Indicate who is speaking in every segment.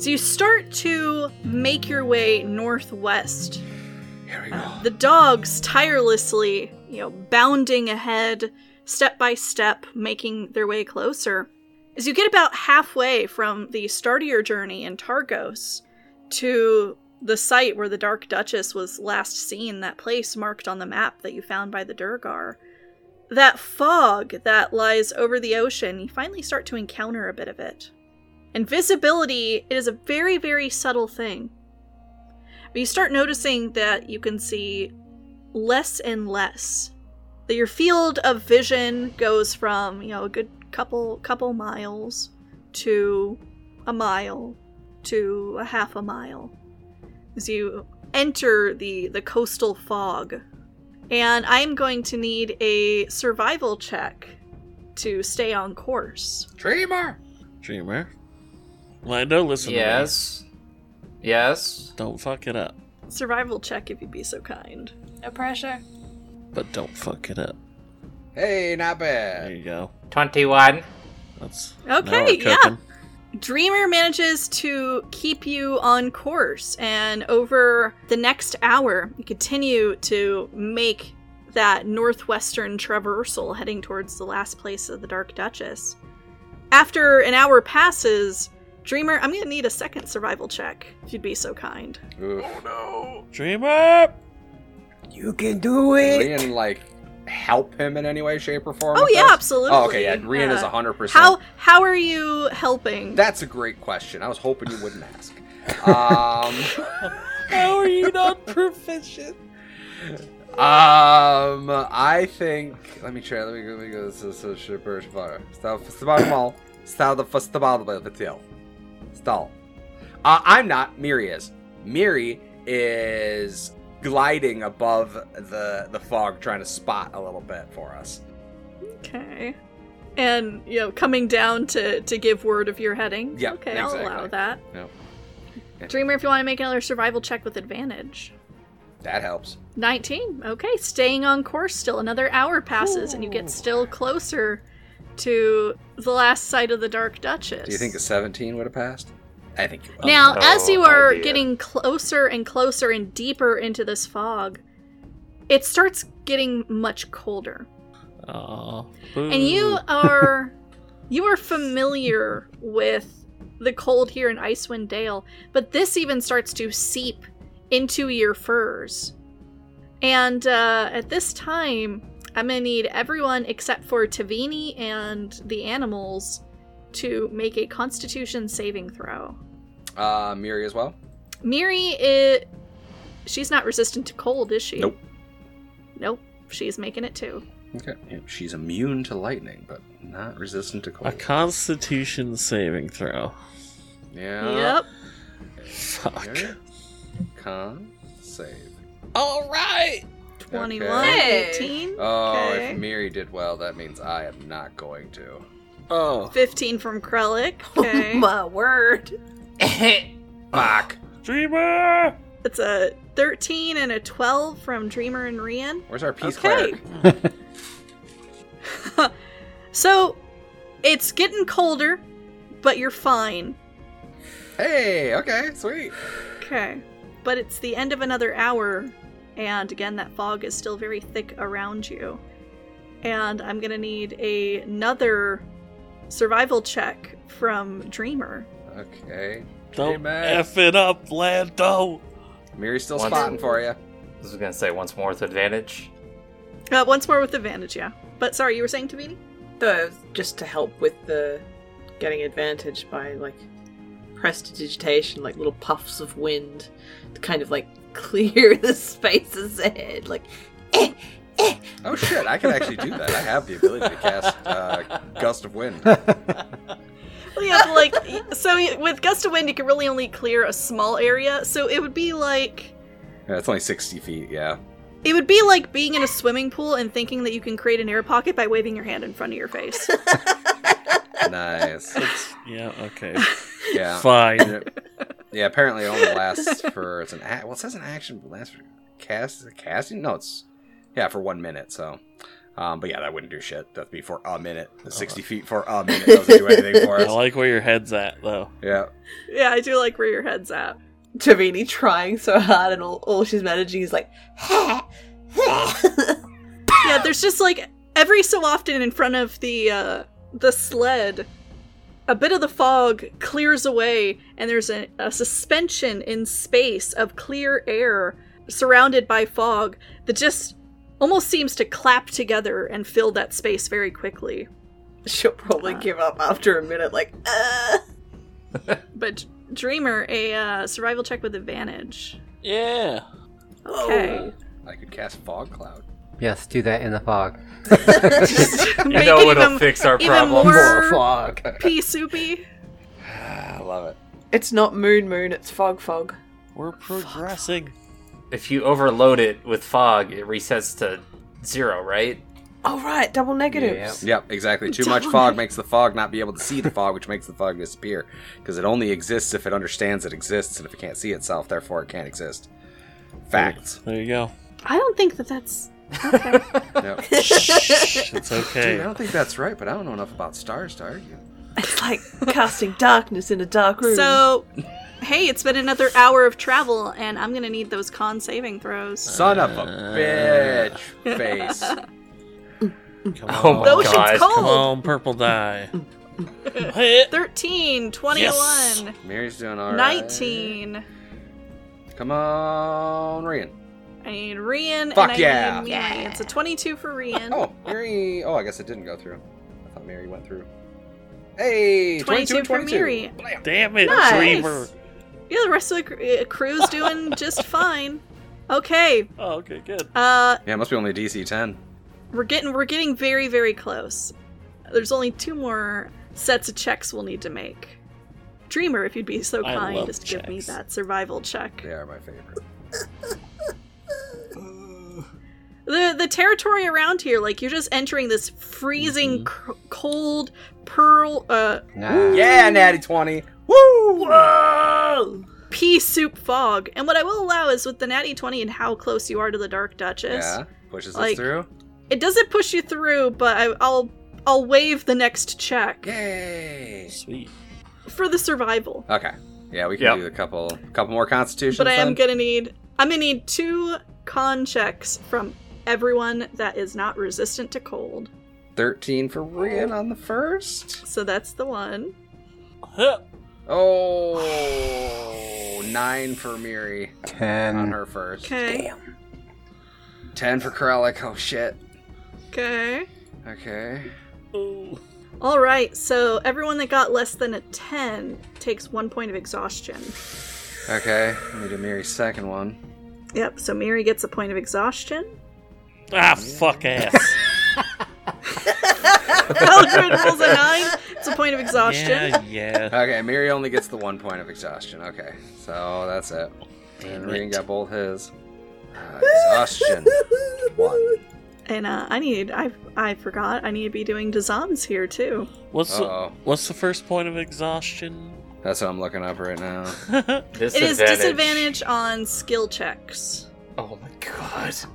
Speaker 1: So you start to make your way northwest.
Speaker 2: Here we
Speaker 1: Uh, the dogs tirelessly, you know, bounding ahead, step by step, making their way closer. As you get about halfway from the start of your journey in Targos to the site where the Dark Duchess was last seen, that place marked on the map that you found by the Durgar, that fog that lies over the ocean, you finally start to encounter a bit of it. And visibility, it is a very, very subtle thing. But you start noticing that you can see less and less. That your field of vision goes from, you know, a good couple couple miles to a mile to a half a mile as you enter the the coastal fog. And I'm going to need a survival check to stay on course.
Speaker 2: Dreamer! Dreamer. Lando, listen to
Speaker 3: Yes. Yes.
Speaker 2: me. Don't fuck it up.
Speaker 1: Survival check if you'd be so kind.
Speaker 4: No pressure.
Speaker 2: But don't fuck it up.
Speaker 5: Hey, not
Speaker 2: There
Speaker 5: bad.
Speaker 2: you go.
Speaker 3: 21.
Speaker 2: That's
Speaker 1: Okay,
Speaker 2: now we're
Speaker 1: yeah.
Speaker 2: cooking.
Speaker 1: Dreamer manages to keep you on course, and over the next hour, you continue to make that northwestern traversal heading towards the last place of the Dark Duchess. After an hour passes, Dreamer, I'm going to need a second survival check, if you'd be so kind.
Speaker 5: Oof.
Speaker 2: Dreamer!
Speaker 6: You can do
Speaker 5: Can
Speaker 6: it.
Speaker 5: Rian, like, help him in any way, shape, or form?
Speaker 1: Oh,
Speaker 5: with
Speaker 1: yeah,
Speaker 5: this?
Speaker 1: absolutely.
Speaker 5: Oh, okay, yeah. Rian is
Speaker 1: Yeah.
Speaker 5: 100%.
Speaker 1: How how are you helping?
Speaker 5: That's a great question. I was hoping you wouldn't ask. Um,
Speaker 2: How are you not proficient?
Speaker 5: um, I think. Let me try. Let me go. Let me go. This is a super fire. Stop. Stop. Stop. Stop. Stop. Stop. Stop. Stall. Uh, I'm not. Miri is. Miri is gliding above the the fog, trying to spot a little bit for us.
Speaker 1: Okay. And you know, coming down to to give word of your heading.
Speaker 5: Yeah,
Speaker 1: Okay, I'll
Speaker 5: exactly.
Speaker 1: allow that.
Speaker 5: Yep.
Speaker 1: Dreamer, if you want to make another survival check with advantage.
Speaker 5: That helps.
Speaker 1: 19. Okay, staying on course still. Another hour passes and you get still closer to the last sight of the Dark Duchess.
Speaker 5: Do you think a 17 would have passed? I think you would.
Speaker 1: Now,
Speaker 3: no
Speaker 1: as you are
Speaker 3: idea.
Speaker 1: getting closer and closer and deeper into this fog, it starts getting much colder.
Speaker 2: Oh,
Speaker 1: and you
Speaker 5: Hmm.
Speaker 1: are you are familiar with the cold here in Icewind Dale, but this even starts to seep into your furs. And uh, at this time, I'm gonna need everyone except for Tavini and the animals to make a Constitution saving throw.
Speaker 5: Uh, Miri as well.
Speaker 1: Miri, it she's not resistant to cold, is she?
Speaker 5: Nope.
Speaker 1: Nope. She's making it too.
Speaker 5: Okay. Yeah, She's immune to lightning, but not resistant to cold.
Speaker 2: A constitution saving throw.
Speaker 5: Yeah.
Speaker 1: Yep.
Speaker 2: Fuck.
Speaker 5: Okay. Con save.
Speaker 2: Alright!
Speaker 1: 21,
Speaker 4: Hey.
Speaker 1: 18.
Speaker 5: Oh,
Speaker 1: Okay.
Speaker 5: if Miri did well, that means I am not going to.
Speaker 2: Oh.
Speaker 1: 15 from Krellick. Okay.
Speaker 4: My word.
Speaker 5: Fuck.
Speaker 2: Dreamer!
Speaker 1: That's a 13 and a 12 from Dreamer and Rian.
Speaker 5: Where's our peace
Speaker 1: Okay.
Speaker 5: cleric?
Speaker 1: So it's getting colder, but you're fine.
Speaker 5: Hey. Okay. Sweet.
Speaker 1: Okay. But it's the end of another hour, and again, that fog is still very thick around you. And I'm going to need a- another survival check from Dreamer.
Speaker 5: Okay.
Speaker 2: Don't
Speaker 5: Dreamer.
Speaker 2: F it up, Lando!
Speaker 5: Miri's still
Speaker 3: One-
Speaker 5: spotting for you.
Speaker 3: I was gonna say once more with advantage.
Speaker 1: Uh, once more with advantage, yeah. But sorry, you were saying Tavini?
Speaker 7: The just to help with the getting advantage by like prestidigitation, like little puffs of wind to kind of like clear the spaces ahead. Like eh, eh.
Speaker 5: Oh shit! I can actually do that. I have the ability to cast uh, gust of wind.
Speaker 1: Well, yeah, but, like so y- with gust of wind, you can really only clear a small area. So it would be like
Speaker 5: Yeah, it's only sixty feet. Yeah.
Speaker 1: it would be like being in a swimming pool and thinking that you can create an air pocket by waving your hand in front of your face.
Speaker 5: Nice.
Speaker 2: Yeah, okay.
Speaker 5: Yeah.
Speaker 2: Fine.
Speaker 5: Yeah, apparently it only lasts for it's an act. Well, it says an action, but lasts for cast is it casting. No, it's yeah for one minute. So, Um, but yeah, that wouldn't do shit. That'd be for a minute. The 60 feet for a minute doesn't do anything for
Speaker 2: I
Speaker 5: us.
Speaker 2: like where your head's at, though.
Speaker 5: Yeah.
Speaker 1: Yeah, I do like where your head's at.
Speaker 7: Tavini trying so hard, and all, all she's managing is like,
Speaker 1: Yeah, there's just like every so often in front of the uh, the sled, a bit of the fog clears away, and there's a, a suspension in space of clear air surrounded by fog that just almost seems to clap together and fill that space very quickly.
Speaker 7: she'll probably give up after a minute. Like, uh.
Speaker 1: But D- Dreamer, a uh, survival check with advantage.
Speaker 2: Yeah.
Speaker 1: Okay,
Speaker 5: I could cast Fog Cloud.
Speaker 4: Yes, do that in the fog.
Speaker 3: You
Speaker 7: oh.
Speaker 1: Making
Speaker 3: know it'll
Speaker 1: them
Speaker 3: fix our
Speaker 1: even
Speaker 3: problem.
Speaker 1: more-
Speaker 4: fog.
Speaker 1: pea soupy.
Speaker 5: I love it.
Speaker 7: it's not moon moon. It's fog fog.
Speaker 2: We're progressing.
Speaker 3: If you overload it with fog, it resets to zero, right?
Speaker 7: Oh right, double negatives.
Speaker 5: Yep, exactly. Too much fog makes the fog not be able to see the fog, which makes the fog disappear. Because it only exists if it understands it exists, and if it can't see itself, therefore it can't exist. Facts.
Speaker 2: There you go.
Speaker 1: I don't think that that's okay.
Speaker 5: Yep.
Speaker 2: it's
Speaker 5: Dude, I
Speaker 2: okay.
Speaker 5: don't think that's right, but I don't know enough about stars to argue.
Speaker 7: It's like casting darkness in a dark room.
Speaker 1: So, hey, it's been another hour of travel, and I'm gonna need those con saving throws.
Speaker 5: Son of a bitch face.
Speaker 2: Come
Speaker 3: Oh
Speaker 2: on.
Speaker 1: The
Speaker 3: my
Speaker 1: ocean's
Speaker 3: god.
Speaker 1: cold.
Speaker 2: Come on, purple die. Hit.
Speaker 1: 13, 21,
Speaker 2: Yes.
Speaker 5: Mary's doing alright.
Speaker 1: 19.
Speaker 5: Come on, Rian.
Speaker 1: I need Rian
Speaker 5: Fuck
Speaker 1: and I
Speaker 5: yeah.
Speaker 1: need Miri. It's a 22 for Rian.
Speaker 5: Oh, Mary. Oh, I guess it didn't go through. I thought Mary went through. Hey, 22,
Speaker 1: 22,
Speaker 5: and 22.
Speaker 1: for Miri.
Speaker 2: Damn it,
Speaker 1: Nice.
Speaker 2: Dreamer.
Speaker 1: Yeah, the rest of the cr- uh, crew's doing just fine. Okay,
Speaker 2: Oh, okay, good.
Speaker 1: uh,
Speaker 5: Yeah, it must be only DC 10.
Speaker 1: we're getting we're getting very very close. There's only two more sets of checks we'll need to make. Dreamer, if you'd be so
Speaker 2: I
Speaker 1: kind
Speaker 2: love
Speaker 1: as to give me
Speaker 2: checks.
Speaker 1: that survival check.
Speaker 5: They are my favorite.
Speaker 1: the the territory around here like you're just entering this freezing c- cold pearl uh
Speaker 4: Nah.
Speaker 5: Yeah, natty 20.
Speaker 7: Whoa!
Speaker 1: pea soup fog and what i will allow is with the natty 20 and how close you are to the dark duchess
Speaker 5: Yeah, pushes
Speaker 1: Like-
Speaker 5: us through.
Speaker 1: it doesn't push you through but I, i'll i'll waive the next check
Speaker 5: Yay.
Speaker 2: Sweet.
Speaker 1: for the survival
Speaker 5: Okay. Yeah, we can
Speaker 3: Yep.
Speaker 5: do a couple couple more constitutions.
Speaker 1: but i am
Speaker 5: then.
Speaker 1: gonna need i'm gonna need two con checks from everyone that is not resistant to cold
Speaker 5: 13 for Rian on the first.
Speaker 1: so that's the one
Speaker 2: Huh.
Speaker 5: Oh, nine for Miri on
Speaker 4: Ten.
Speaker 5: her first.
Speaker 1: okay
Speaker 5: Ten for Kralik. Oh, shit.
Speaker 1: okay
Speaker 5: Okay.
Speaker 2: Ooh.
Speaker 1: All right, so everyone that got less than a 10 takes one point of exhaustion.
Speaker 5: Okay. Let me do Miri's second one.
Speaker 1: Yep, so Miri gets a point of exhaustion.
Speaker 2: Ah, fuck ass.
Speaker 1: Eldrin Oh, rolls a 9, it's a point of exhaustion.
Speaker 2: yeah, yeah.
Speaker 5: Okay, Miri only gets the one point of exhaustion. Okay, so that's it. And
Speaker 2: Damn
Speaker 5: Rian
Speaker 2: it.
Speaker 5: got both his. Uh, exhaustion. one.
Speaker 1: And uh, I need, I I forgot, I need to be doing Dazans here too.
Speaker 2: What's the,
Speaker 5: Oh,
Speaker 2: what's the first point of exhaustion?
Speaker 5: that's what I'm looking up right now.
Speaker 1: It is disadvantage on skill checks.
Speaker 3: Oh my god.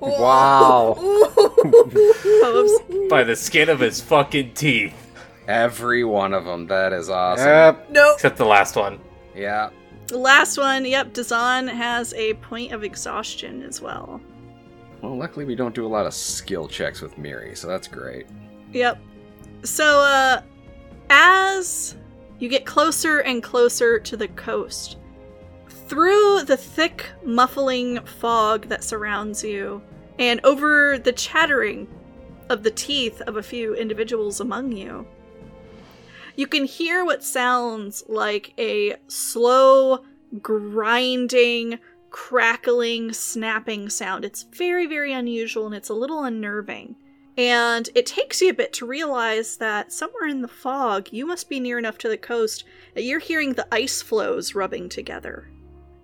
Speaker 5: Wow.
Speaker 1: Oh, oops.
Speaker 3: By the skin of his fucking teeth.
Speaker 5: Every one of them. That is awesome.
Speaker 4: Yep.
Speaker 7: no.
Speaker 3: Except the last one.
Speaker 5: Yeah.
Speaker 1: The last one, yep, Dazan has a point of exhaustion as well.
Speaker 5: Well, luckily we don't do a lot of skill checks with Miri, so that's great.
Speaker 1: Yep. So, uh, as you get closer and closer to the coast, through the thick, muffling fog that surrounds you, and over the chattering of the teeth of a few individuals among you, you can hear what sounds like a slow, grinding, crackling, snapping sound. It's very, very unusual and it's a little unnerving. And it takes you a bit to realize that somewhere in the fog, you must be near enough to the coast that you're hearing the ice floes rubbing together.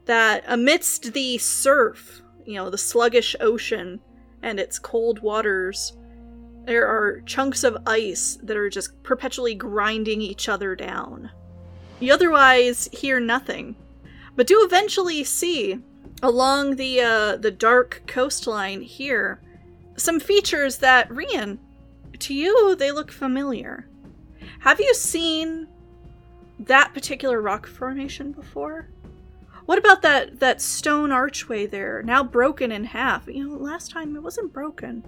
Speaker 1: That amidst the surf, you know, the sluggish ocean and its cold waters, there are chunks of ice that are just perpetually grinding each other down. You otherwise hear nothing, but do eventually see along the uh, the dark coastline here some features that, Rian, to you, they look familiar. Have you seen that particular rock formation before? What about that, that stone archway there, now broken in half? You know, last time it wasn't broken,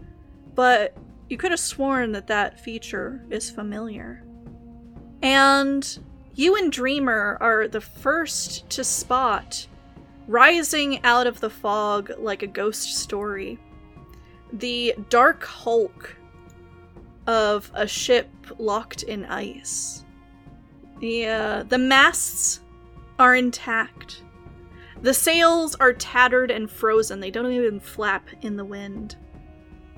Speaker 1: but you could have sworn that that feature is familiar. And you and Dreamer are the first to spot rising out of the fog like a ghost story. The dark hulk of a ship locked in ice. The, uh, the masts are intact. The sails are tattered and frozen. They don't even flap in the wind.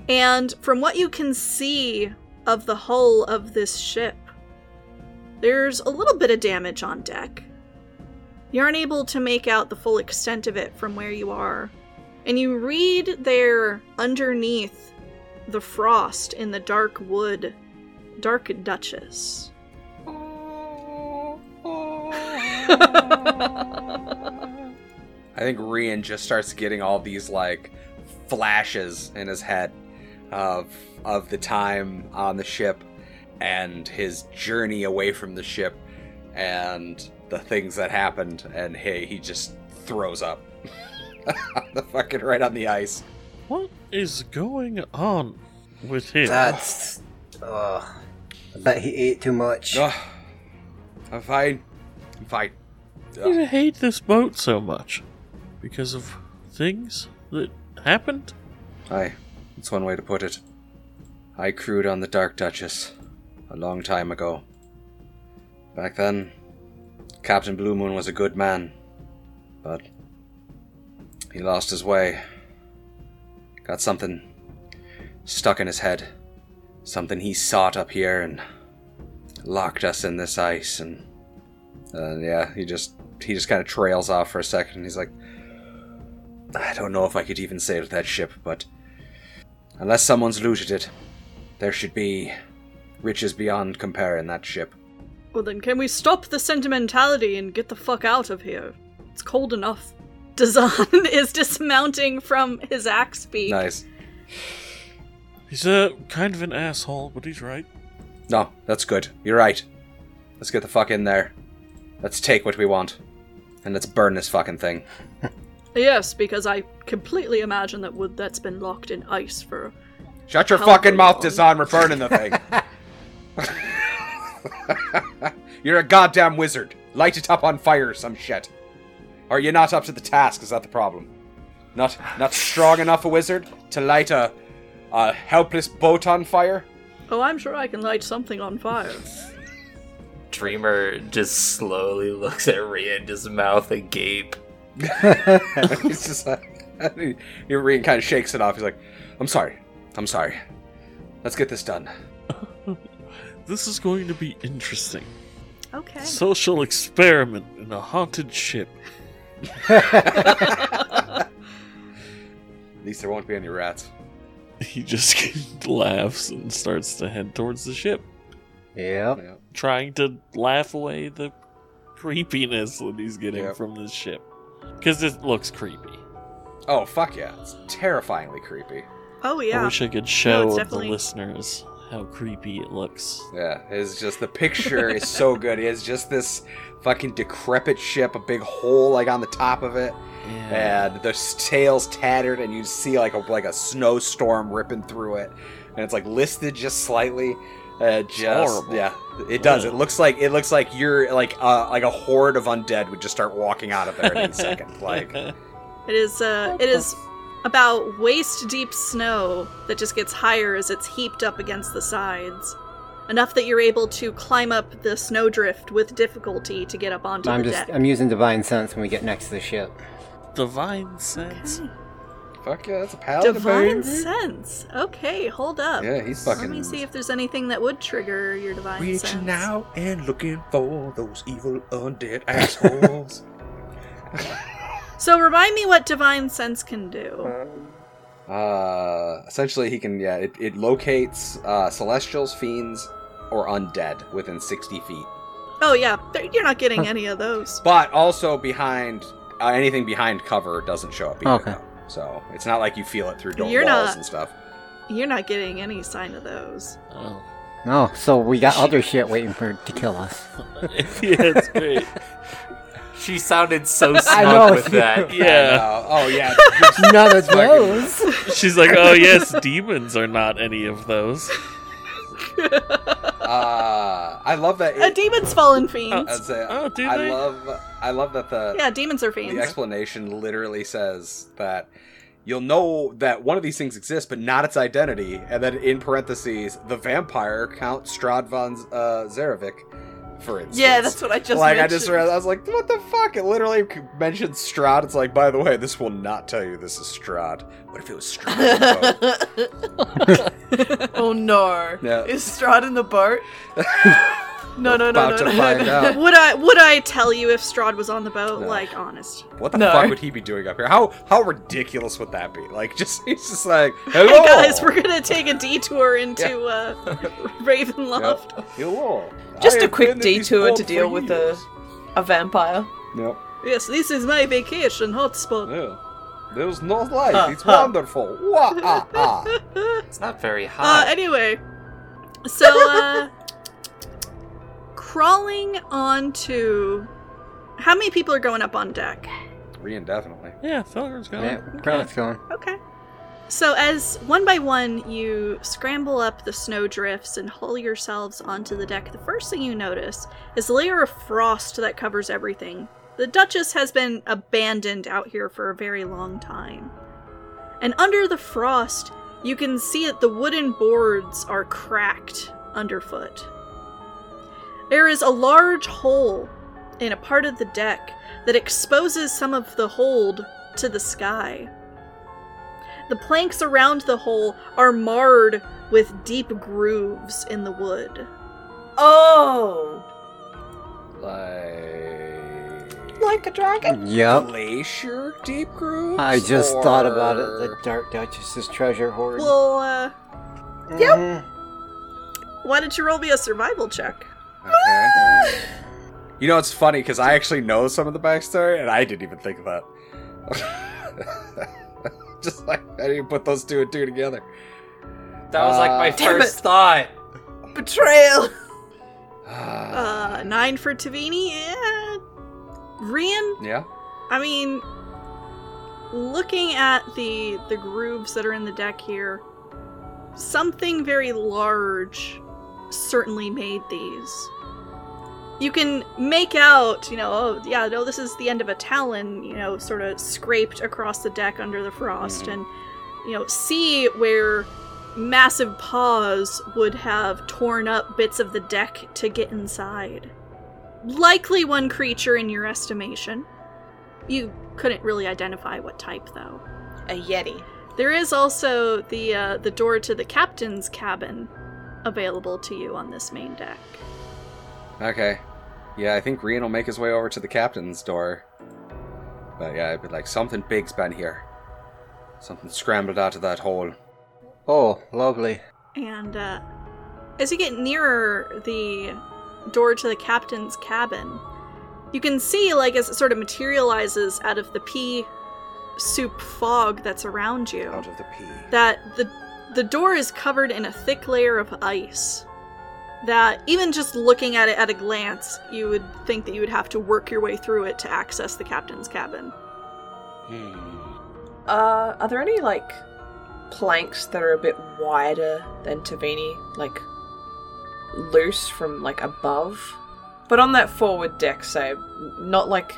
Speaker 1: And from what you can see of the hull of this ship, there's a little bit of damage on deck. You aren't able to make out the full extent of it from where you are. And you read there underneath the frost in the dark wood, Dark Duchess.
Speaker 5: I think Rian just starts getting all these like flashes in his head of of the time on the ship and his journey away from the ship and the things that happened and hey he just throws up the fucking right on the ice.
Speaker 2: What is going on with him?
Speaker 4: That's. Ugh.
Speaker 6: oh,
Speaker 4: I bet he ate too much.
Speaker 5: Ugh. I'm fine. I'm fine.
Speaker 2: Why do
Speaker 5: Ugh.
Speaker 2: you hate this boat so much? Because of things that happened?
Speaker 5: Aye, that's one way to put it. I crewed on the Dark Duchess a long time ago. Back then, Captain Blue Moon was a good man, but he lost his way. Got something stuck in his head. Something he sought up here and locked us in this ice and uh, yeah, he just he just kind of trails off for a second. He's like, I don't know if I could even sail that ship, but unless someone's looted it, there should be riches beyond compare in that ship.
Speaker 1: Well, then, can we stop the sentimentality and get the fuck out of here? It's cold enough. Dazan is dismounting from his axe beak.
Speaker 5: Nice.
Speaker 2: He's a kind of an asshole, but he's right.
Speaker 5: No, that's good. You're right. Let's get the fuck in there. Let's take what we want. And let's burn this fucking thing.
Speaker 1: Yes, because I completely imagine that wood that's been locked in ice for.
Speaker 5: Shut your
Speaker 1: How
Speaker 5: fucking mouth,
Speaker 1: long?
Speaker 5: Dishon. We're burning the thing. You're a goddamn wizard. Light it up on fire or some shit. Are you not up to the task? Is that the problem? Not not strong enough a wizard to light a a helpless boat on fire?
Speaker 1: Oh, I'm sure I can light something on fire.
Speaker 3: Dreamer just slowly looks at Rian, his mouth agape.
Speaker 5: He's just like, Irene kind of shakes it off. He's like, I'm sorry. I'm sorry. Let's get this done.
Speaker 2: This is going to be interesting.
Speaker 1: Okay.
Speaker 2: Social experiment in a haunted ship.
Speaker 5: At least there won't be any rats.
Speaker 2: He just laughs and starts to head towards the ship,
Speaker 4: Yep.
Speaker 2: trying to laugh away the creepiness that he's getting
Speaker 5: Yep.
Speaker 2: from this ship. Because it looks creepy.
Speaker 5: Oh fuck yeah! It's terrifyingly creepy.
Speaker 1: Oh,
Speaker 2: I
Speaker 1: yeah.
Speaker 2: wish I could show
Speaker 1: it's
Speaker 2: the
Speaker 1: definitely-
Speaker 2: listeners how creepy it looks.
Speaker 5: Yeah, it's just the picture is so good. It's just this fucking decrepit ship, a big hole like on the top of it, and the s- tail's tattered, and you see like a like a snowstorm ripping through it, and it's like listed just slightly. Uh, just
Speaker 2: horrible.
Speaker 5: yeah, it does.
Speaker 2: Ugh.
Speaker 5: It looks like it looks like you're like uh, like a horde of undead would just start walking out of there in any second. Like
Speaker 1: It is uh it is about waist deep snow that just gets higher as it's heaped up against the sides. Enough that you're able to climb up the snowdrift with difficulty to get up onto
Speaker 4: I'm
Speaker 1: the
Speaker 4: just.
Speaker 1: deck.
Speaker 4: I'm using divine sense when we get next to the ship.
Speaker 2: divine sense.
Speaker 5: fuck yeah, that's a paladin.
Speaker 1: Divine
Speaker 5: baby.
Speaker 1: sense. Okay, hold up.
Speaker 5: Yeah, he's
Speaker 1: Let
Speaker 5: fucking.
Speaker 1: me see if there's anything that would trigger your divine sense.
Speaker 5: Reaching out and looking for those evil undead assholes.
Speaker 1: So remind me what divine sense can do.
Speaker 5: Uh, essentially, he can yeah. It, it locates uh, celestials, fiends, or undead within sixty feet.
Speaker 1: Oh yeah, there- you're not getting any of those.
Speaker 5: But also behind uh, anything behind cover doesn't show up either.
Speaker 4: Okay.
Speaker 5: though. So it's not like you feel it through door
Speaker 1: You're
Speaker 5: walls
Speaker 1: not-
Speaker 5: and stuff.
Speaker 1: You're not getting any sign of those.
Speaker 2: Oh.
Speaker 6: No, so we got other shit waiting for to kill us.
Speaker 2: yeah, it's great.
Speaker 3: She sounded so
Speaker 6: I
Speaker 3: smug
Speaker 6: know.
Speaker 3: with that.
Speaker 2: Yeah.
Speaker 5: Uh, oh yeah.
Speaker 6: None of those.
Speaker 2: She's like, oh, yes, demons are not any of those.
Speaker 5: Uh, I love that.
Speaker 1: Uh,
Speaker 5: It,
Speaker 1: demons fall in fiends.
Speaker 5: I'd say,
Speaker 2: Oh, do
Speaker 5: I
Speaker 2: they?
Speaker 5: love. I love that the
Speaker 1: yeah, demons are
Speaker 5: the
Speaker 1: fiends.
Speaker 5: explanation literally says that you'll know that one of these things exists, but not its identity, and then in parentheses, the vampire Count Stradvan's uh, Zarevich, for instance.
Speaker 7: Yeah, that's what I just
Speaker 5: like I just
Speaker 7: mentioned.
Speaker 5: read. I was like, "What the fuck?" It literally mentioned Strad. It's like, by the way, this will not tell you this is Strad. What if it was Strad?
Speaker 7: oh no.
Speaker 5: Yeah.
Speaker 7: Is Strahd in the boat? No, no, no,
Speaker 5: About
Speaker 7: no,
Speaker 5: to
Speaker 7: no,
Speaker 5: find
Speaker 7: no.
Speaker 5: out.
Speaker 1: would I would I tell you if Strahd was on the boat?
Speaker 5: No.
Speaker 1: Like, honest.
Speaker 5: What the
Speaker 7: No.
Speaker 5: fuck would he be doing up here? How how ridiculous would that be? Like, just he's just like,
Speaker 1: Hey
Speaker 5: "Hello,
Speaker 1: guys, we're gonna take a detour into uh, Ravenloft.
Speaker 5: hello."
Speaker 7: Just
Speaker 5: I
Speaker 7: a
Speaker 5: have
Speaker 7: quick
Speaker 5: been in these
Speaker 7: detour to
Speaker 5: vaults for
Speaker 7: deal with the-
Speaker 5: years."
Speaker 7: A vampire.
Speaker 5: Yep.
Speaker 1: Yes, this is my vacation hotspot.
Speaker 5: Yeah. There's no life.
Speaker 7: Uh, Huh,
Speaker 5: it's
Speaker 7: huh.
Speaker 5: wonderful. Wah, ah, ah.
Speaker 3: It's not very
Speaker 1: Uh,
Speaker 3: hot.
Speaker 1: anyway, so uh, crawling onto. How many people are going up on deck?
Speaker 5: Three indefinitely.
Speaker 2: Yeah, Felgrim's got
Speaker 6: Yeah,
Speaker 2: it.
Speaker 6: Grant's going.
Speaker 1: Okay. So, as one by one you scramble up the snow drifts and haul yourselves onto the deck, the first thing you notice is a layer of frost that covers everything. The Duchess has been abandoned out here for a very long time. And under the frost, you can see that the wooden boards are cracked underfoot. There is a large hole in a part of the deck that exposes some of the hold to the sky. The planks around the hole are marred with deep grooves in the wood.
Speaker 7: Oh!
Speaker 5: Like.
Speaker 7: Like a dragon?
Speaker 6: Yep.
Speaker 5: Glacier deep grooves?
Speaker 6: I just thought about it.
Speaker 5: or-
Speaker 6: The Dark Duchess's treasure hoard.
Speaker 1: Well, uh,
Speaker 6: Mhm.
Speaker 5: Mm-hmm.
Speaker 1: why don't you roll me a survival check?
Speaker 5: Okay. You know, it's funny because I actually know some of the backstory, and I didn't even think of that. Just like I didn't put those two and two together.
Speaker 3: that was like my
Speaker 5: uh,
Speaker 7: Damn
Speaker 3: first
Speaker 7: it.
Speaker 3: thought.
Speaker 7: Betrayal!
Speaker 1: Uh, nine for Tavini. Yeah. Rian,
Speaker 5: yeah.
Speaker 1: I mean, looking at the the grooves that are in the deck here, something very large certainly made these. You can make out, you know, oh yeah, no, this is the end of a talon, you know, sort of scraped across the deck under the frost,
Speaker 5: Mhm.
Speaker 1: and you know, see where massive paws would have torn up bits of the deck to get inside. Likely one creature in your estimation. You couldn't really identify what type, though.
Speaker 7: A yeti.
Speaker 1: There is also the uh, the door to the captain's cabin available to you on this main deck.
Speaker 5: Okay. Yeah, I think Rian will make his way over to the captain's door. But yeah, I'd be like, something big's been here. Something scrambled out of that hole.
Speaker 6: oh, lovely.
Speaker 1: And uh, as you get nearer the door to the captain's cabin, you can see, like, as it sort of materializes out of the pea soup fog that's around you,
Speaker 5: Out of the pea.
Speaker 1: that the the door is covered in a thick layer of ice that even just looking at it at a glance you would think that you would have to work your way through it to access the captain's cabin
Speaker 7: Uh, are there any, like, planks that are a bit wider than Tavini? Like, loose from, like, above? But on that forward deck, say, not, like,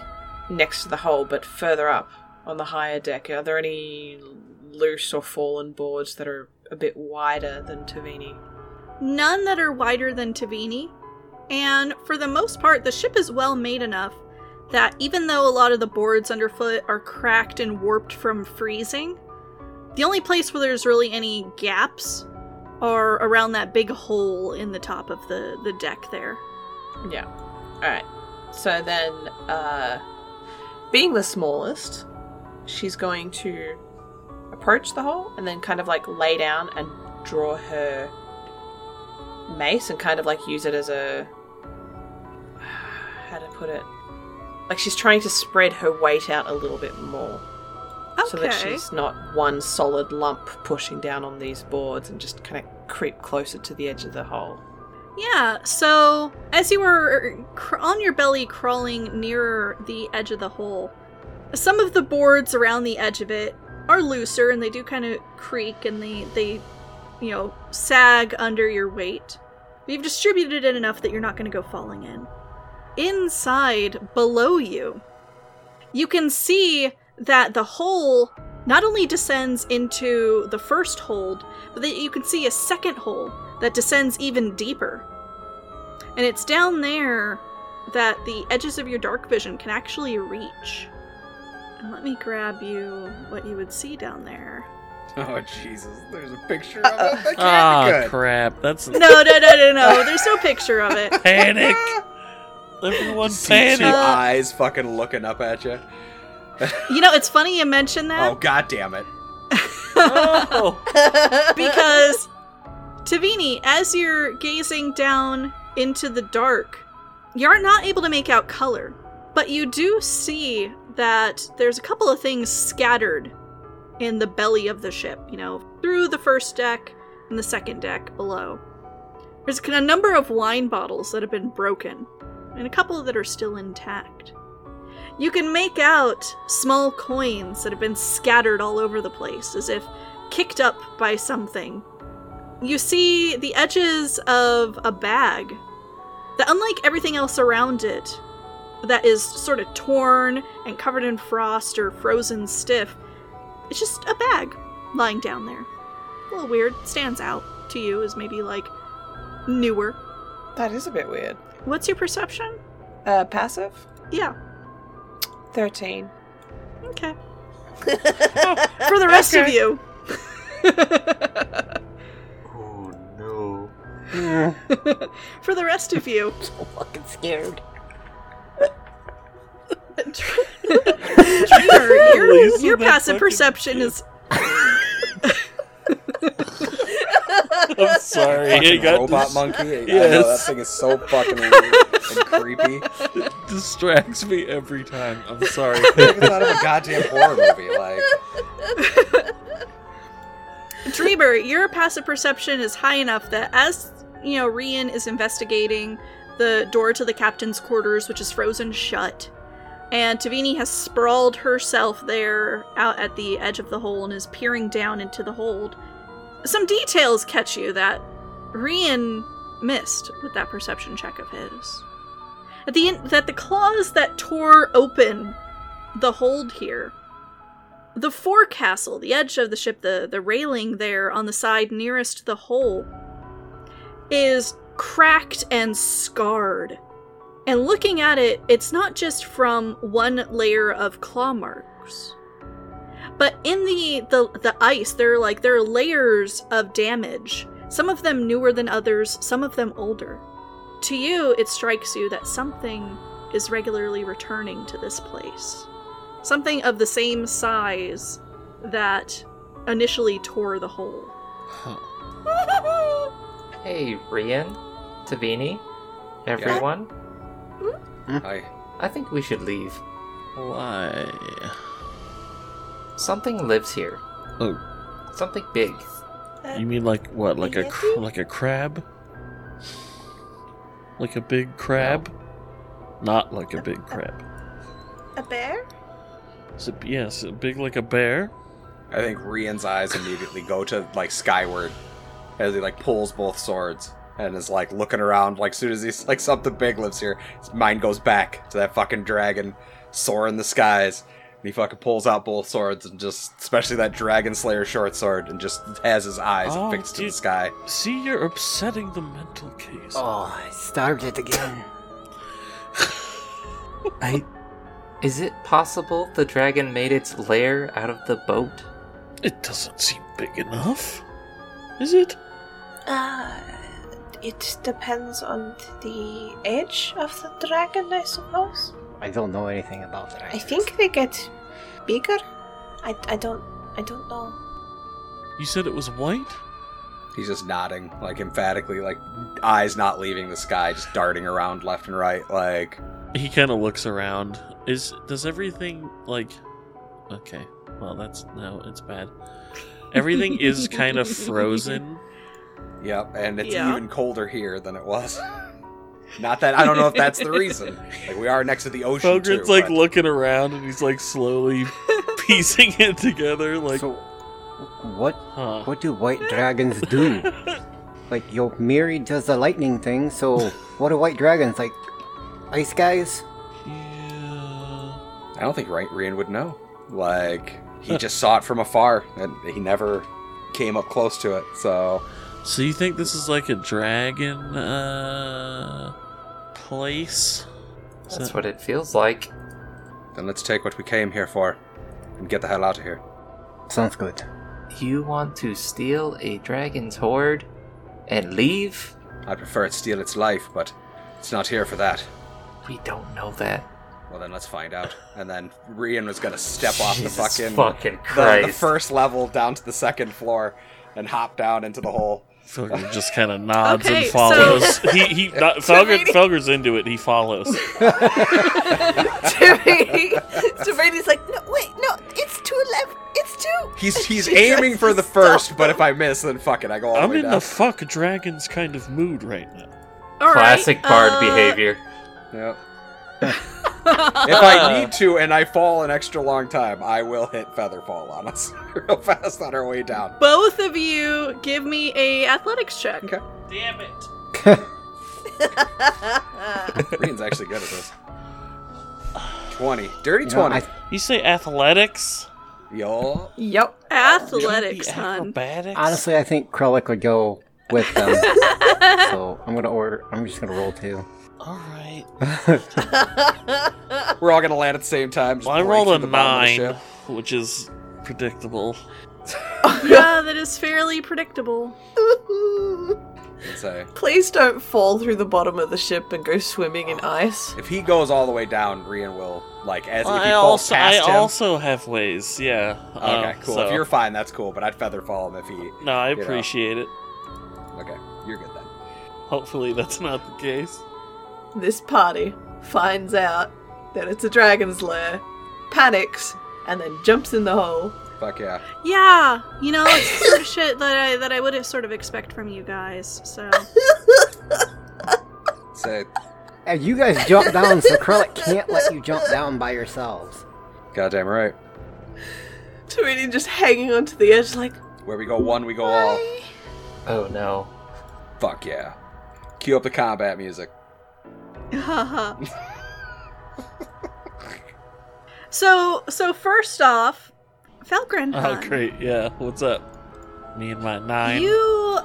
Speaker 7: next to the hole, but further up on the higher deck, are there any loose or fallen boards that are a bit wider than Tavini?
Speaker 1: none that are wider than tavini and for the most part the ship is well made enough that even though a lot of the boards underfoot are cracked and warped from freezing the only place where there's really any gaps are around that big hole in the top of the the deck there
Speaker 7: Yeah. Alright. So then, uh, being the smallest, she's going to approach the hole and then kind of like lay down and draw her mace and kind of like use it as a. How to put it? Like she's trying to spread her weight out a little bit more. so that
Speaker 1: Okay.
Speaker 7: she's not one solid lump pushing down on these boards and just kind of creep closer to the edge of the hole.
Speaker 1: Yeah, so as you were cr- on your belly crawling nearer the edge of the hole, some of the boards around the edge of it are looser and they do kind of creak and they, they, you know, sag under your weight. But you've distributed it enough that you're not going to go falling in. Inside, below you, you can see that the hole not only descends into the first hold, but that you can see a second hole that descends even deeper. And it's down there that the edges of your dark vision can actually reach. And let me grab you what you would see down there.
Speaker 5: Oh Jesus! There's a picture of it. That can't be
Speaker 2: Ah,
Speaker 5: good.
Speaker 2: crap. That's
Speaker 1: No, no, no, no, no. There's no picture of it.
Speaker 2: panic. Everyone
Speaker 5: See two
Speaker 2: panic.
Speaker 5: eyes fucking looking up at you.
Speaker 1: You know, it's funny you mention
Speaker 5: Oh
Speaker 1: that
Speaker 5: god damn it!
Speaker 2: Oh,
Speaker 1: because Tavini, as you're gazing down into the dark, you're not able to make out color, but you do see that there's a couple of things scattered in the belly of the ship, you know, through the first deck and the second deck below. There's a number of wine bottles that have been broken, and a couple that are still intact. You can make out small coins that have been scattered all over the place, as if kicked up by something. You see the edges of a bag that, unlike everything else around it, that is sort of torn and covered in frost or frozen stiff, it's just a bag lying down there. A little weird, stands out to you as maybe like newer.
Speaker 7: that is a bit weird.
Speaker 1: What's your perception?
Speaker 7: Uh, passive?
Speaker 1: Yeah,
Speaker 7: 13.
Speaker 1: okay. For the rest of you.
Speaker 3: Oh no.
Speaker 1: For the rest of you.
Speaker 6: so fucking scared.
Speaker 1: Dreamer, your,
Speaker 2: Lisa,
Speaker 1: your
Speaker 2: that's
Speaker 1: passive
Speaker 2: fucking
Speaker 1: perception is
Speaker 2: I'm sorry.
Speaker 5: Fucking
Speaker 2: It got
Speaker 5: robot
Speaker 2: dis-
Speaker 5: monkey. I know that
Speaker 2: Yes.
Speaker 5: thing is so fucking weird and creepy.
Speaker 2: It distracts me every time. I'm sorry.
Speaker 5: Like it's out of a goddamn horror movie. Like
Speaker 1: Dreamer, your passive perception is high enough that as you know, Rian is investigating the door to the captain's quarters, which is frozen shut, and Tavini has sprawled herself there out at the edge of the hole and is peering down into the hold. Some details catch you that Rian missed with that perception check of his. At the end, that the claws that tore open the hold here the forecastle, the edge of the ship, the, the railing there on the side nearest the hole, is cracked and scarred. And looking at it, it's not just from one layer of claw marks. But in the, the the ice, there are like there are layers of damage. Some of them newer than others, some of them older. To you, it strikes you that something is regularly returning to this place something of the same size that initially tore the hole.
Speaker 2: Huh.
Speaker 3: Hey, Rian, Tavini, everyone.
Speaker 5: I
Speaker 3: I think we should leave.
Speaker 2: Why?
Speaker 3: Something lives here.
Speaker 2: Oh.
Speaker 3: Something big.
Speaker 2: You mean like what? Like a cr- like a crab? Like a big crab? Not like a big crab.
Speaker 8: A bear?
Speaker 2: Is it, yes, big like a bear.
Speaker 5: I think Rian's eyes immediately go to like skyward as he like pulls both swords and is like looking around. Like soon as he's like something big lives here, his mind goes back to that fucking dragon soaring the skies. And he fucking pulls out both swords and just, especially that dragon slayer short sword, and just has his eyes
Speaker 2: Oh,
Speaker 5: fixed to the
Speaker 2: dude.
Speaker 5: sky.
Speaker 2: See, you're upsetting the mental case.
Speaker 6: Oh, I started again.
Speaker 3: I. Is it possible the dragon made its lair out of the boat?
Speaker 2: It doesn't seem big enough, is it?
Speaker 8: Uh, it depends on the age of the dragon, I suppose.
Speaker 6: I don't know anything about that.
Speaker 8: I think they get bigger. I, I don't I don't know.
Speaker 2: You said it was white.
Speaker 5: He's just nodding, like emphatically, like eyes not leaving the sky, just darting around left and right. Like,
Speaker 2: He kind of looks around. Is does everything like? Okay, Well, that's no, it's bad. Everything is kind of frozen.
Speaker 5: Yep, and it's
Speaker 1: Yeah.
Speaker 5: even colder here than it was. Not that I don't know if that's the reason. Like we are next to the ocean.
Speaker 2: Fogrin's
Speaker 5: Too,
Speaker 2: like
Speaker 5: but-
Speaker 2: looking around and he's like slowly piecing it together, like,
Speaker 6: so, what
Speaker 2: huh.
Speaker 6: what do white dragons do? like, yo, Miri does the lightning thing, so what are white dragons? Like, ice guys?
Speaker 2: Yeah.
Speaker 5: I don't think Ri- Rian would know. Like he just saw it from afar, and he never came up close to it. So
Speaker 2: So you think this is like a dragon uh, place? Is
Speaker 3: That's
Speaker 2: that-
Speaker 3: what it feels like.
Speaker 5: then let's take what we came here for, and get the hell out of here.
Speaker 6: Sounds good.
Speaker 3: You want to steal a dragon's hoard and leave?
Speaker 5: I'd prefer it steal its life, but it's not here for that.
Speaker 3: We don't know that.
Speaker 5: Well, then let's find out. And then Rian was gonna step off the
Speaker 3: Jesus
Speaker 5: fucking,
Speaker 3: fucking
Speaker 5: the, the
Speaker 3: Christ.
Speaker 5: first level down to the second floor, and hop down into the hole.
Speaker 2: Felgren just kind of nods
Speaker 1: Okay,
Speaker 2: and
Speaker 1: so-
Speaker 2: follows. he he, not, Felgren, Felgren's into it. He follows.
Speaker 7: Tavini- Tavini's like, no, wait, no, it's two left. It's two.
Speaker 5: He's he's
Speaker 7: She
Speaker 5: aiming for
Speaker 7: tries
Speaker 5: the
Speaker 7: to
Speaker 5: first,
Speaker 7: stop
Speaker 5: but
Speaker 7: him.
Speaker 5: if I miss, then fuck it, I go all the
Speaker 2: I'm
Speaker 5: way
Speaker 2: in
Speaker 5: down.
Speaker 2: the fuck dragons kind of mood right now.
Speaker 1: All right,
Speaker 3: Classic bard
Speaker 1: uh,
Speaker 3: behavior.
Speaker 5: Yep. if I need to and I fall an extra long time, I will hit Featherfall on us real fast on our way down.
Speaker 1: Both of you, give me a athletics check.
Speaker 5: Okay.
Speaker 2: Damn it!
Speaker 5: Rian's actually good at this. 20. Dirty
Speaker 6: You know,
Speaker 5: 20.
Speaker 6: I-
Speaker 2: You say athletics?
Speaker 5: Yo.
Speaker 7: Yep.
Speaker 1: Athletics,
Speaker 2: Shouldn't it be
Speaker 1: hun.
Speaker 2: Acrobatics.
Speaker 6: honestly, I think Krellik would go with them. so I'm gonna order. I'm just gonna roll two.
Speaker 2: All right.
Speaker 5: We're all going to land at the same time. just
Speaker 2: Well, I
Speaker 5: break
Speaker 2: rolled
Speaker 5: through
Speaker 2: a
Speaker 5: the bottom of the
Speaker 2: nine,
Speaker 5: ship.
Speaker 2: which is predictable.
Speaker 1: yeah, that is fairly predictable.
Speaker 5: I'd say.
Speaker 7: Please don't fall through the bottom of the ship and go swimming in ice.
Speaker 5: If he goes all the way down, Rian will, like, as if he
Speaker 2: I
Speaker 5: falls
Speaker 2: also I
Speaker 5: past him.
Speaker 2: also have ways. Yeah.
Speaker 5: okay,
Speaker 2: Um,
Speaker 5: cool.
Speaker 2: so-
Speaker 5: If you're fine, that's cool, but I'd Featherfall him if he.
Speaker 2: no, I
Speaker 5: you know.
Speaker 2: appreciate it.
Speaker 5: Okay, you're good then.
Speaker 2: Hopefully, that's not the case.
Speaker 7: This party finds out that it's a dragon's lair, panics, and then jumps in the hole.
Speaker 5: Fuck yeah.
Speaker 1: Yeah, you know, it's the sort of shit that I that I would sort of expect from you guys. So
Speaker 5: Say,
Speaker 6: And you guys jump down, so Krellik can't let you jump down by yourselves.
Speaker 5: goddamn right.
Speaker 7: Tavini just hanging onto the edge, like,
Speaker 5: Where we go one, we go all.
Speaker 3: Oh no.
Speaker 5: Fuck yeah. Cue up the combat music.
Speaker 1: So so first off, Felgren.
Speaker 2: Oh,
Speaker 1: hun,
Speaker 2: great. Yeah. What's up? Me and my nine.
Speaker 1: You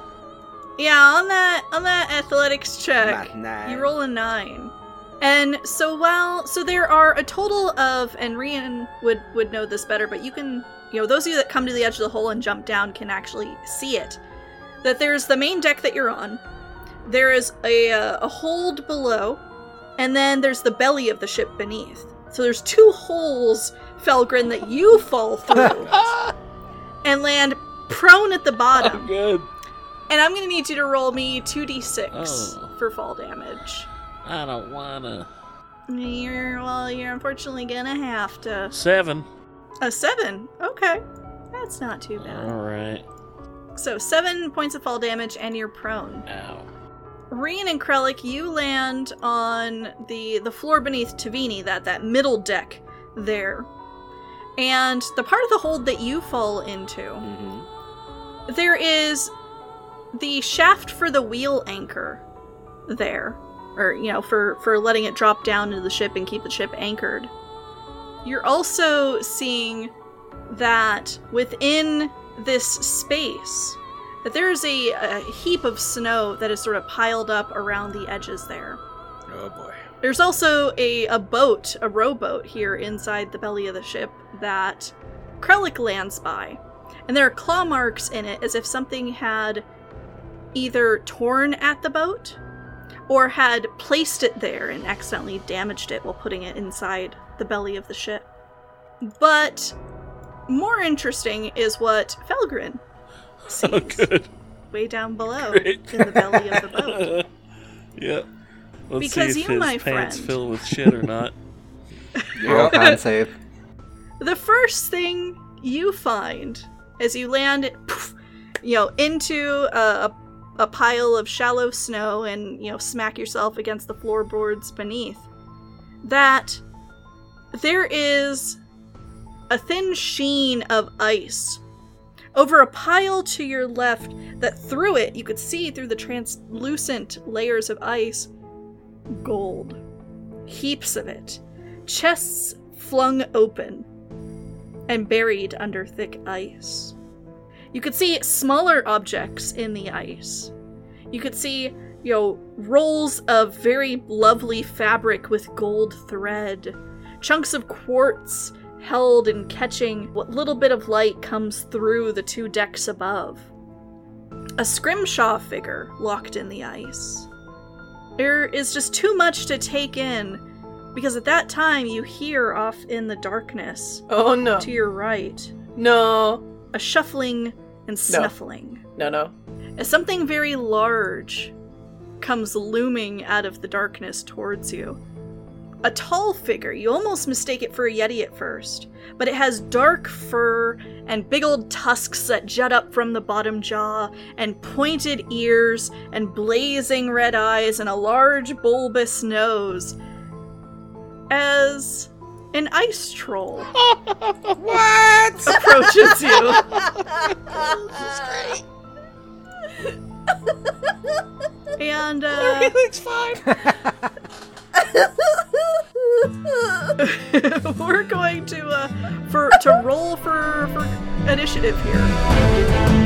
Speaker 1: Yeah, on that on that athletics check.
Speaker 5: Nah.
Speaker 1: You roll a nine. And so while so there are a total of and Rian would would know this better, but you can you know, those of you that come to the edge of the hole and jump down can actually see it. That there's the main deck that you're on. There is a uh, a hold below, and then there's the belly of the ship beneath. So there's two holes, Felgrin, that you fall through and land prone at the bottom.
Speaker 2: I'm Oh, good.
Speaker 1: And I'm gonna need you to roll me 2d6
Speaker 2: Oh.
Speaker 1: for fall damage.
Speaker 2: I don't wanna.
Speaker 1: You're, well, you're unfortunately gonna have to.
Speaker 2: Seven.
Speaker 1: A 7. Okay. That's not too bad.
Speaker 2: All right. Uh-huh.
Speaker 1: So, 7 points of fall damage, and you're prone.
Speaker 2: Ow.
Speaker 1: Reen and Krellik, you land on the the floor beneath Tavini, that that middle deck there. And the part of the hold that you fall into,
Speaker 5: hmm
Speaker 1: there is the shaft for the wheel anchor there. Or, you know, for, for letting it drop down into the ship and keep the ship anchored. You're also seeing that within this space that there is a, a heap of snow that is sort of piled up around the edges there.
Speaker 5: Oh boy.
Speaker 1: There's also a, a boat, a rowboat here inside the belly of the ship that Krellik lands by. And there are claw marks in it as if something had either torn at the boat or had placed it there and accidentally damaged it while putting it inside the belly of the ship. But more interesting is what Felgrin sees
Speaker 2: Oh, good.
Speaker 1: way down below
Speaker 2: Great.
Speaker 1: in the belly of the boat.
Speaker 2: yep. Let's
Speaker 1: Because
Speaker 2: see
Speaker 1: you,
Speaker 2: if his
Speaker 1: my friend-
Speaker 2: pants fill with shit or not.
Speaker 6: Roll con save.
Speaker 1: The first thing you find as you land, poof, you know, into a, a pile of shallow snow and you know smack yourself against the floorboards beneath, that there is a thin sheen of ice over a pile to your left that through it you could see through the translucent layers of ice gold heaps of it chests flung open and buried under thick ice. You could see smaller objects in the ice. You could see, you know, rolls of very lovely fabric with gold thread, chunks of quartz held and catching what little bit of light comes through the two decks above. A scrimshaw figure locked in the ice. There is just too much to take in because at that time you hear off in the darkness
Speaker 7: Oh no.
Speaker 1: to your right
Speaker 7: No.
Speaker 1: a shuffling and snuffling
Speaker 7: No, no.
Speaker 1: as something very large comes looming out of the darkness towards you. A tall figure, you almost mistake it for a Yeti at first, but it has dark fur and big old tusks that jut up from the bottom jaw, and pointed ears, and blazing red eyes, and a large bulbous nose. As an ice troll
Speaker 5: What?
Speaker 1: approaches you. And uh, we're going to uh, for to roll for for initiative here.